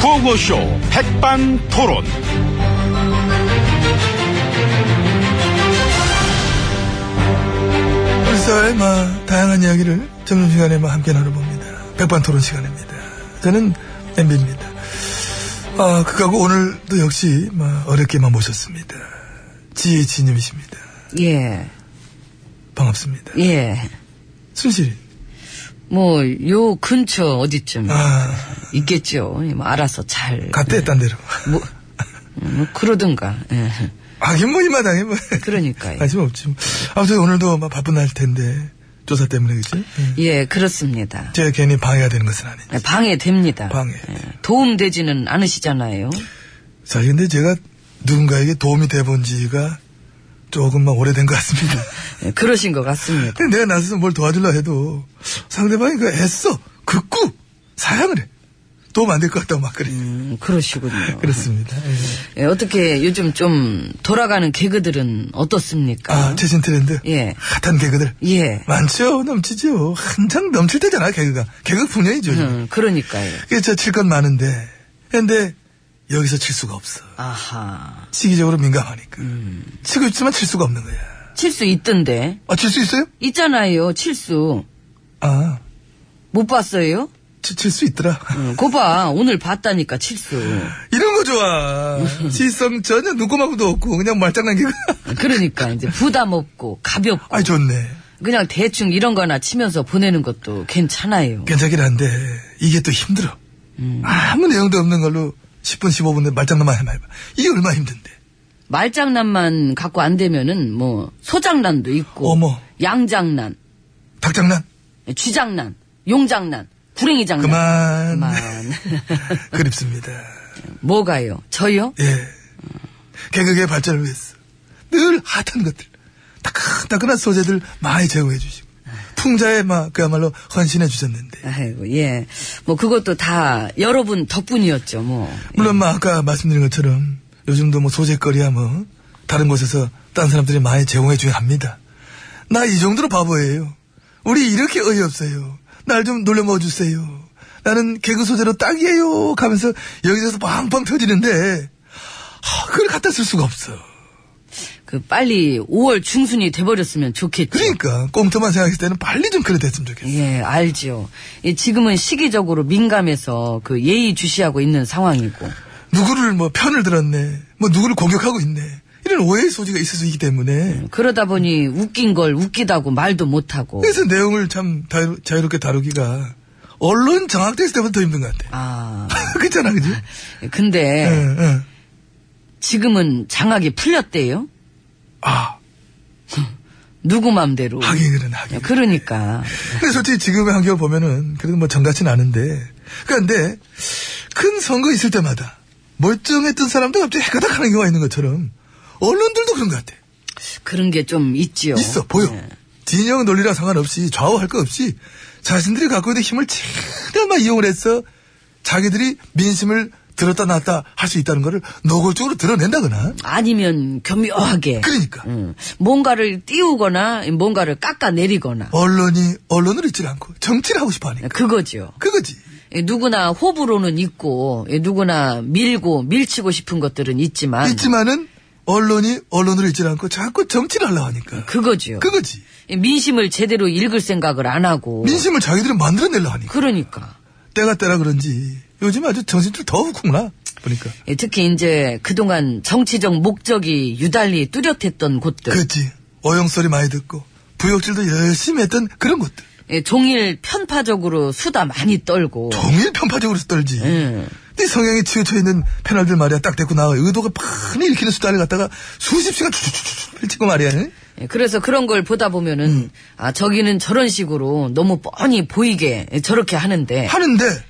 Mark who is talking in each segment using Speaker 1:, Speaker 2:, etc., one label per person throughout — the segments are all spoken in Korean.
Speaker 1: 구호쇼 백반 토론.
Speaker 2: 불사의 마, 다양한 이야기를 점심시간에 마, 함께 나눠봅니다. 백반토론 시간입니다. 저는 MB입니다. 아, 그하고 오늘도 역시 마, 어렵게 마, 모셨습니다. 지혜진님이십니다.
Speaker 3: 예,
Speaker 2: 반갑습니다.
Speaker 3: 예.
Speaker 2: 순실이.
Speaker 3: 뭐, 요 근처 어디쯤
Speaker 2: 아,
Speaker 3: 있겠죠. 예, 뭐 알아서 잘.
Speaker 2: 갔대, 딴 데로.
Speaker 3: 뭐, 뭐 그러든가. 예.
Speaker 2: 하긴 뭐, 이 마당에 뭐.
Speaker 3: 그러니까요.
Speaker 2: 관심 없지. 뭐. 아무튼 오늘도 마, 바쁜 날 텐데. 조사 때문에, 그치? 예.
Speaker 3: 예, 그렇습니다.
Speaker 2: 제가 괜히 방해가 되는 것은 아니지.
Speaker 3: 예, 방해됩니다.
Speaker 2: 방해.
Speaker 3: 예, 도움되지는 않으시잖아요.
Speaker 2: 자, 근데 제가 누군가에게 도움이 돼본 지가 조금만 뭐 오래된 것 같습니다.
Speaker 3: 예, 그러신 것 같습니다.
Speaker 2: 근데 내가 나서서 뭘 도와주려 해도 상대방이 그 애써 극구 사양을 해. 도움 안 될 것 같다고 막 그래.
Speaker 3: 음, 그러시군요.
Speaker 2: 그렇습니다. 예.
Speaker 3: 예, 어떻게 요즘 좀 돌아가는 개그들은 어떻습니까?
Speaker 2: 아, 최신 트렌드.
Speaker 3: 그러니까. 예.
Speaker 2: 핫한 개그들.
Speaker 3: 예.
Speaker 2: 많죠? 넘치죠? 한창 넘칠 때잖아, 개그가. 개그 풍년이죠. 음.
Speaker 3: 음, 그러니까요.
Speaker 2: 저칠 건 많은데. 근데 여기서 칠 수가 없어.
Speaker 3: 아하.
Speaker 2: 시기적으로 민감하니까.
Speaker 3: 음.
Speaker 2: 치고 있지만 칠 수가 없는 거야.
Speaker 3: 칠 수 있던데.
Speaker 2: 아, 칠 수 있어요?
Speaker 3: 있잖아요, 칠수.
Speaker 2: 아,
Speaker 3: 못 봤어요?
Speaker 2: 칠 수 있더라.
Speaker 3: 응, 거봐 오늘 봤다니까 칠수.
Speaker 2: 이런 거
Speaker 3: 음.
Speaker 2: 좋아. 시성 전혀 눈꼬마구도 없고, 그냥 말장난 개그.
Speaker 3: 그러니까 이제 부담 없고 가볍고
Speaker 2: 아이, 좋네.
Speaker 3: 그냥 대충 이런 거나 치면서 보내는 것도 괜찮아요. 음.
Speaker 2: 괜찮긴 한데 이게 또 힘들어. 아무 내용도 없는 걸로 10분 15분 에 말장난만 해봐. 이게 얼마나 힘든데.
Speaker 3: 말장난만 갖고 안 되면은 뭐 소장난도 있고
Speaker 2: 어머.
Speaker 3: 양장난,
Speaker 2: 닭장난
Speaker 3: 쥐장난, 용장난, 구랭이장난.
Speaker 2: 네, 그만.
Speaker 3: 그만.
Speaker 2: 그립습니다.
Speaker 3: 뭐가요? 저요?
Speaker 2: 예. 개그의 발전을 위해서 늘 핫한 것들 따끈따끈한 소재들 많이 제공해 주시고 풍자에 막 그야말로 헌신해 주셨는데
Speaker 3: 아이고 예. 뭐 그것도 다 여러분 덕분이었죠 뭐.
Speaker 2: 물론 막 아까 말씀드린 것처럼 요즘도 뭐 소재거리야 뭐 다른 곳에서 딴 사람들이 많이 제공해 주야 합니다. 나 이 정도로 바보예요. 우리 이렇게 어이없어요. 날 좀 놀려 먹어 주세요. 나는 개그 소재로 딱이에요. 하면서 여기서 빵빵 터지는데 하, 그걸 갖다 쓸 수가 없어.
Speaker 3: 그 빨리 5월 중순이 돼버렸으면 좋겠죠.
Speaker 2: 그러니까 꽁트만 생각했을 때는 빨리 좀 그래 됐으면 좋겠어.
Speaker 3: 예, 알지요. 예, 지금은 시기적으로 민감해서 그 예의 주시하고 있는 상황이고.
Speaker 2: 누구를 뭐 편을 들었네. 뭐 누구를 공격하고 있네. 이런 오해의 소지가 있을 수 있기 때문에
Speaker 3: 그러다 보니 웃긴 걸 웃기다고 말도 못하고.
Speaker 2: 그래서 내용을 참 자유, 롭게 다루기가 언론 장악됐을 때부터 더 힘든 것 같아.
Speaker 3: 아,
Speaker 2: 그렇잖아, 그지?
Speaker 3: 근데
Speaker 2: 예, 예.
Speaker 3: 지금은 장악이 풀렸대요?
Speaker 2: 아,
Speaker 3: 누구 맘대로.
Speaker 2: 하긴 그런 하긴.
Speaker 3: 그러니까.
Speaker 2: 근데 솔직히 지금의 한겨울 보면은 그래도 뭐 정같진 않은데. 그런데 큰 선거 있을 때마다 멀쩡했던 사람도 갑자기 해가닥 하는 경우가 있는 것처럼 언론들도 그런 것 같아.
Speaker 3: 그런 게 좀 있지요.
Speaker 2: 있어, 보여.
Speaker 3: 예.
Speaker 2: 진영 논리랑 상관없이 좌우할 거 없이 자신들이 갖고 있는 힘을 최대한 막 이용을 해서 자기들이 민심을 들었다 놨다 할 수 있다는 거를 노골적으로 드러낸다거나
Speaker 3: 아니면 교묘하게.
Speaker 2: 그러니까.
Speaker 3: 음, 뭔가를 띄우거나 뭔가를 깎아내리거나.
Speaker 2: 언론이 언론으로 있질 않고 정치를 하고 싶어
Speaker 3: 네.
Speaker 2: 하니까
Speaker 3: 그거죠.
Speaker 2: 그거지
Speaker 3: 예, 누구나 호불호는 있고 예, 누구나 밀고 밀치고 싶은 것들은 있지만
Speaker 2: 있지만은 언론이 언론으로 있질 않고 자꾸 정치를 하려고 하니까
Speaker 3: 그거죠.
Speaker 2: 그거지
Speaker 3: 예, 민심을 제대로 읽을 생각을 안 하고
Speaker 2: 민심을 자기들이 만들어내려 하니까
Speaker 3: 그러니까
Speaker 2: 때가 때라 그런지 요즘 아주 정신줄 더 후쿵나 보니까
Speaker 3: 예, 특히 이제 그동안 정치적 목적이 유달리 뚜렷했던 곳들
Speaker 2: 그렇지 어용 소리 많이 듣고 부역질도 열심히 했던 그런 것들
Speaker 3: 예, 종일 편파적으로 수다 많이 떨고
Speaker 2: 동일 편파적으로 떨지
Speaker 3: 예,
Speaker 2: 네 성향이 치우쳐 있는 패널들 말이야 딱 됐고 나와 의도가 많이 읽히는 수단을 갖다가 수십 시간 쭉 펼치고 말이야 응?
Speaker 3: 예, 그래서 그런 걸 보다 보면은 아 저기는 저런 식으로 너무 뻔히 보이게 예, 저렇게 하는데
Speaker 2: 하는데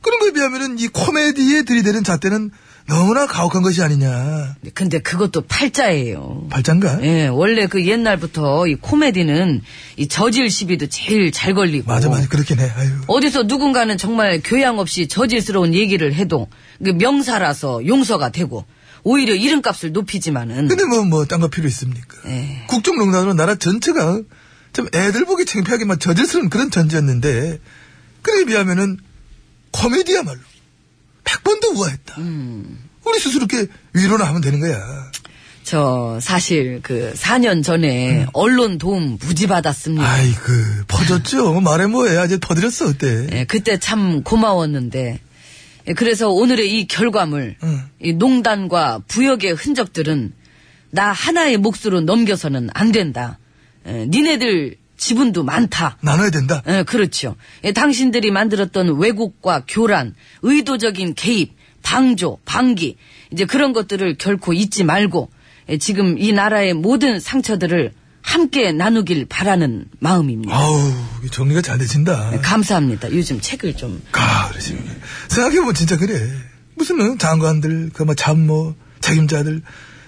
Speaker 2: 그런 거에 비하면은 이 코미디에 들이대는 잣대는 너무나 가혹한 것이 아니냐
Speaker 3: 근데 그것도 팔자예요.
Speaker 2: 발장가
Speaker 3: 예, 원래 그 옛날부터 이 코미디는 이 저질 시비도 제일 잘 걸리고.
Speaker 2: 맞아 맞아 그렇긴 해 아유
Speaker 3: 어디서 누군가는 정말 교양 없이 저질스러운 얘기를 해도 그 명사라서 용서가 되고 오히려 이름값을 높이지만은
Speaker 2: 근데 뭐, 뭐, 딴 거 필요 있습니까?
Speaker 3: 에.
Speaker 2: 국정농단으로 나라 전체가 참 애들 보기 창피하게만 저질스러운 그런 전제였는데, 그에 비하면은, 코미디야말로, 100번도 우아했다.
Speaker 3: 음.
Speaker 2: 우리 스스로 이렇게 위로나 하면 되는 거야.
Speaker 3: 저 사실 그 4년 전에
Speaker 2: 음.
Speaker 3: 언론 도움 무지 받았습니다.
Speaker 2: 아이고, 그, 퍼졌죠? 말해 뭐해. 아직 퍼드렸어, 그때.
Speaker 3: 예, 그때 참 고마웠는데 예, 그래서 오늘의 이 결과물
Speaker 2: 응.
Speaker 3: 이 농단과 부역의 흔적들은 나 하나의 몫으로 넘겨서는 안 된다. 예, 니네들 지분도 많다.
Speaker 2: 나눠야 된다.
Speaker 3: 예, 그렇죠. 예, 당신들이 만들었던 왜곡과 교란, 의도적인 개입, 방조, 방기 이제 그런 것들을 결코 잊지 말고 예, 지금 이 나라의 모든 상처들을 함께 나누길 바라는 마음입니다.
Speaker 2: 아우, 이게 정리가 잘 되신다.
Speaker 3: 예, 감사합니다. 요즘 책을 좀
Speaker 2: 가, 그러지. 생각해보면 진짜 그래. 무슨 뭐 장관들, 그뭐 참모, 책임자들,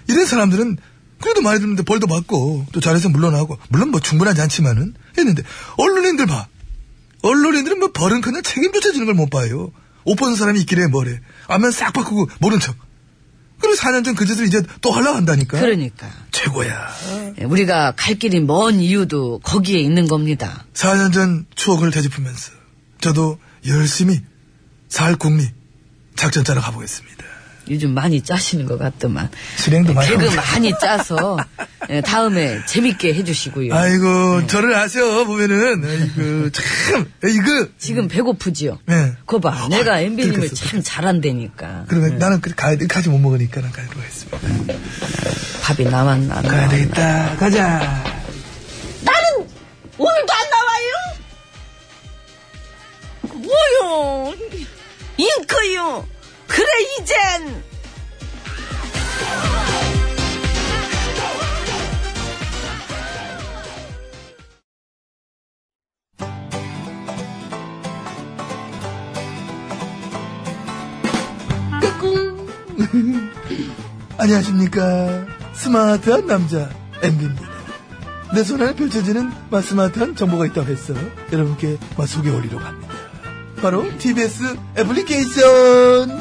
Speaker 2: 이런 사람들은 그래도 많이 듣는데 벌도 받고, 또 잘해서 물러나고, 물론 뭐 충분하지 않지만은, 했는데, 언론인들 봐. 언론인들은 뭐 벌은 그냥 책임조차 지는 걸 못 봐요. 옷 벗은 사람이 있길래 뭐래. 안면 싹 바꾸고, 모른 척. 그리고 4년 전 그 짓을 이제 또 하려고 한다니까.
Speaker 3: 그러니까
Speaker 2: 최고야.
Speaker 3: 예, 우리가 갈 길이 먼 이유도 거기에 있는 겁니다.
Speaker 2: 4년 전 추억을 되짚으면서, 저도 열심히 살 국리 작전 짜러 가보겠습니다.
Speaker 3: 요즘 많이 짜시는 것 같더만. 예,
Speaker 2: 진행도 많이
Speaker 3: 개그
Speaker 2: 하고.
Speaker 3: 많이 짜서 예, 다음에 재밌게
Speaker 2: 예.
Speaker 3: 해주시고요.
Speaker 2: 아이고 저를 아세요 보면은 아이고 참 이거
Speaker 3: 지금 배고프지요?
Speaker 2: 네.
Speaker 3: 그거 봐.
Speaker 2: 아,
Speaker 3: 내가
Speaker 2: 아,
Speaker 3: 엠비님을
Speaker 2: 들켰어,
Speaker 3: 참 잘한다니까.
Speaker 2: 그러면 나는 그 가야 돼 가지 못 먹으니까 난 가야 되겠습니다
Speaker 3: 밥이 남았나. 안
Speaker 2: 가야
Speaker 3: 남았나.
Speaker 2: 되겠다 가자
Speaker 3: 오늘도 안 나와요? 뭐요? 잉크요. 그래, 이젠.
Speaker 2: 안녕하십니까 스마트한 남자 엠비입니다 내 손안에 펼쳐지는 마 스마트한 정보가 있다고 해서 여러분께 마 소개 올리려고 합니다 바로 TBS 애플리케이션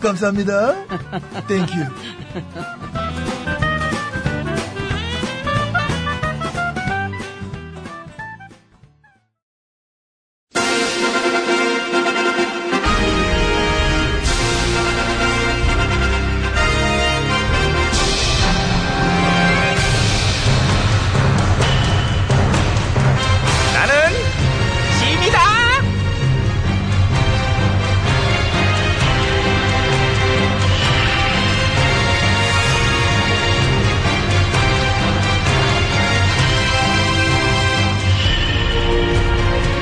Speaker 2: 감사합니다. 땡큐.
Speaker 1: 나는 짐이다.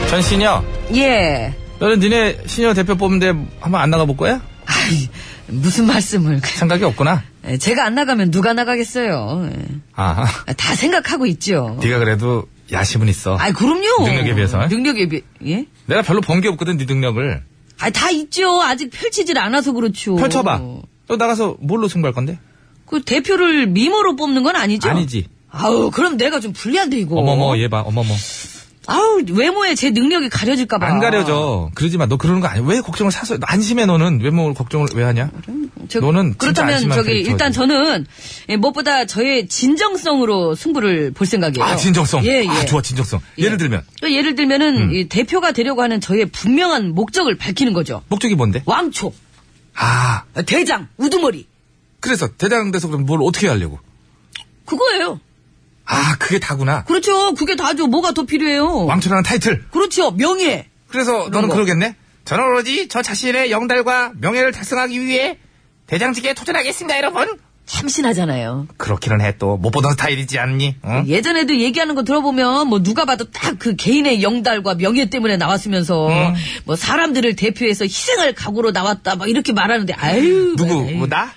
Speaker 1: 전신여,
Speaker 3: 예.
Speaker 1: 너는 니네 신여 대표 뽑는데 한번 안 나가볼 거야?
Speaker 3: 아이, 무슨 말씀을. 예,
Speaker 1: 생각이 없구나.
Speaker 3: 제가 안 나가면 누가 나가겠어요. 예.
Speaker 1: 아,
Speaker 3: 다 생각하고 있죠.
Speaker 1: 네가 그래도 야심은 있어.
Speaker 3: 아이, 그럼요.
Speaker 1: 능력에 비해서.
Speaker 3: 능력에 비해, 예?
Speaker 1: 내가 별로 본 게 없거든, 네 능력을.
Speaker 3: 아, 다 있죠. 아직 펼치질 않아서 그렇죠.
Speaker 1: 펼쳐봐. 너 나가서 뭘로 승부할 건데?
Speaker 3: 그 대표를 미모로 뽑는 건 아니죠?
Speaker 1: 아니지.
Speaker 3: 아우, 그럼 내가 좀 불리한데, 이거.
Speaker 1: 어머머, 얘 봐, 어머머.
Speaker 3: 아우, 외모에 제 능력이 가려질까봐.
Speaker 1: 안 가려져. 그러지 마. 너 그러는 거 아니야. 왜 걱정을 사서, 안심해, 너는. 외모 걱정을 왜 하냐?
Speaker 3: 저-
Speaker 1: 너는 진짜
Speaker 3: 그렇다면
Speaker 1: 안심한
Speaker 3: 저기
Speaker 1: 캐릭터지.
Speaker 3: 일단 저는 예, 무엇보다 저의 진정성으로 승부를 볼 생각이에요.
Speaker 1: 아, 진정성.
Speaker 3: 예, 예.
Speaker 1: 아, 좋아, 진정성.
Speaker 3: 예.
Speaker 1: 예를 들면, 음.
Speaker 3: 또 예를 들면은 이 대표가 되려고 하는 저의 분명한 목적을 밝히는 거죠.
Speaker 1: 목적이 뭔데?
Speaker 3: 왕초,
Speaker 1: 아,
Speaker 3: 대장, 우두머리
Speaker 1: 그래서 대장 돼서 그럼 뭘 어떻게 하려고?
Speaker 3: 그거예요.
Speaker 1: 아, 그게 다구나.
Speaker 3: 그렇죠. 그게 다죠. 뭐가 더 필요해요?
Speaker 1: 왕초라는 타이틀.
Speaker 3: 그렇죠. 명예.
Speaker 1: 그래서 너는
Speaker 3: 거.
Speaker 1: 그러겠네? 저는 오로지 저 자신의 영달과 명예를 달성하기 위해 대장직에 도전하겠습니다, 여러분.
Speaker 3: 참신하잖아요.
Speaker 1: 그렇기는 해, 또. 못 보던 스타일이지 않니? 응?
Speaker 3: 예전에도 얘기하는 거 들어보면 뭐 누가 봐도 딱 그 개인의 영달과 명예 때문에 나왔으면서
Speaker 1: 음.
Speaker 3: 뭐 사람들을 대표해서 희생할 각오로 나왔다 막 이렇게 말하는데 아유
Speaker 1: 누구,
Speaker 3: 아유.
Speaker 1: 뭐, 나?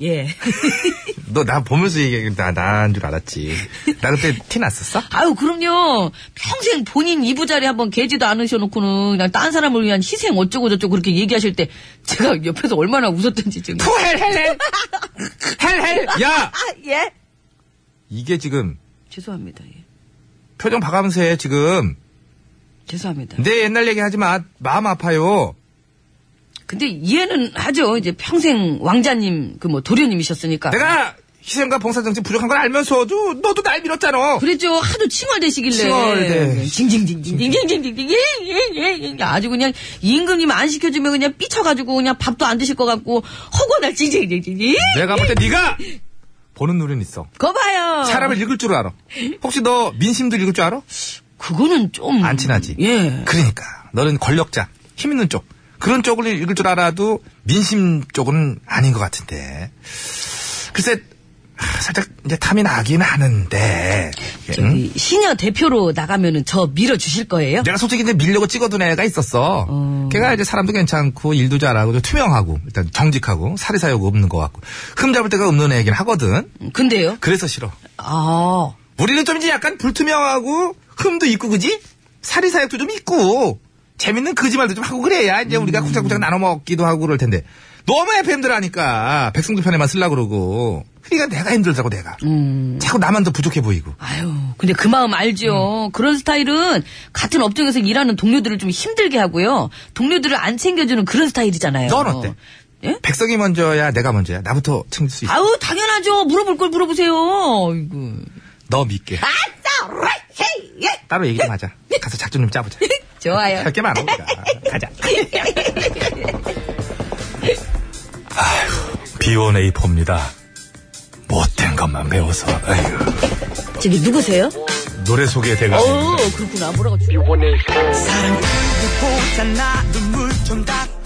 Speaker 3: 예.
Speaker 1: 너 나 보면서 얘기해. 나, 나인 줄 알았지. 나 그때 티 났었어?
Speaker 3: 아유, 그럼요. 평생 본인 이부자리 한번 개지도 않으셔놓고는 그냥 딴 사람을 위한 희생 어쩌고저쩌고 그렇게 얘기하실 때 제가 옆에서 얼마나 웃었던지 지금.
Speaker 1: 헬헬헬! 헬헬! 야!
Speaker 3: 아, 예?
Speaker 1: 이게 지금
Speaker 3: 죄송합니다. 예.
Speaker 1: 표정 봐가면서 해, 지금.
Speaker 3: 죄송합니다.
Speaker 1: 내 옛날 얘기 하지 마. 마음 아파요.
Speaker 3: 근데 이해는 하죠. 이제 평생 왕자님, 그 뭐 도련님이셨으니까.
Speaker 1: 내가 희생과 봉사정신 부족한 걸 알면서 도 너도 날 밀었잖아.
Speaker 3: 그랬죠. 하도 칭얼대시길래.
Speaker 1: 칭얼대.
Speaker 3: 징징징징징징징징징징. 아주 그냥 임금님 안 시켜주면 그냥 삐쳐가지고 그냥 밥도 안 드실 것 같고 허고날 징징징징징.
Speaker 1: 내가 볼 때 네가 보는 눈은 있어.
Speaker 3: 거 봐요.
Speaker 1: 사람을 읽을 줄 알아. 혹시 너 민심도 읽을 줄 알아?
Speaker 3: 그거는 좀.
Speaker 1: 안 친하지.
Speaker 3: 음. 예.
Speaker 1: 그러니까 너는 권력자, 힘 있는 쪽 그런 쪽을 읽을 줄 알아도 민심 쪽은 아닌 것 같은데. 글쎄 아, 살짝 이제 탐이 나긴 하는데. 예, 응?
Speaker 3: 저기 시녀 대표로 나가면은 저 밀어주실 거예요?
Speaker 1: 내가 솔직히 이제 밀려고 찍어둔 애가 있었어.
Speaker 3: 어.
Speaker 1: 걔가 이제 사람도 괜찮고 일도 잘하고 좀 투명하고 일단 정직하고 사리사욕 없는 것 같고 흠 잡을 데가 없는 애긴 하거든.
Speaker 3: 근데요?
Speaker 1: 그래서 싫어.
Speaker 3: 아.
Speaker 1: 우리는 좀 이제 약간 불투명하고 흠도 있고 그지? 사리사욕도 좀 있고 재밌는 거짓말도 좀 하고 그래야 이제
Speaker 3: 음.
Speaker 1: 우리가 구작구작 나눠 먹기도 하고 그럴 텐데 너무 FM들 하니까 백승주 편에만 쓰려고 그러고 그러니까 내가 힘들다고 내가
Speaker 3: 음.
Speaker 1: 자꾸 나만 더 부족해 보이고
Speaker 3: 아유, 근데 그 마음 알죠. 그런 스타일은 같은 업종에서 일하는 동료들을 좀 힘들게 하고요. 동료들을 안 챙겨주는 그런 스타일이잖아요.
Speaker 1: 넌 어때?
Speaker 3: 예?
Speaker 1: 백성이 먼저야 내가 먼저야 나부터 챙길 수 있어
Speaker 3: 아우, 당연하죠. 물어볼 걸 물어보세요. 아이고.
Speaker 1: 너 믿게
Speaker 3: 아싸! 라이, 헤이, 예.
Speaker 1: 따로 얘기 좀 하자 가서 작전 좀 짜보자
Speaker 3: 좋아요.
Speaker 1: 할게 많아 우리가 가자 B1A4입니다 못된 것만 배워서 아유.
Speaker 3: 저기 누구세요?
Speaker 1: 노래 소개 대가
Speaker 3: 어, 그렇구나. 뭐라고. 주-
Speaker 2: 사랑 듣고 자 나도 물좀 닦고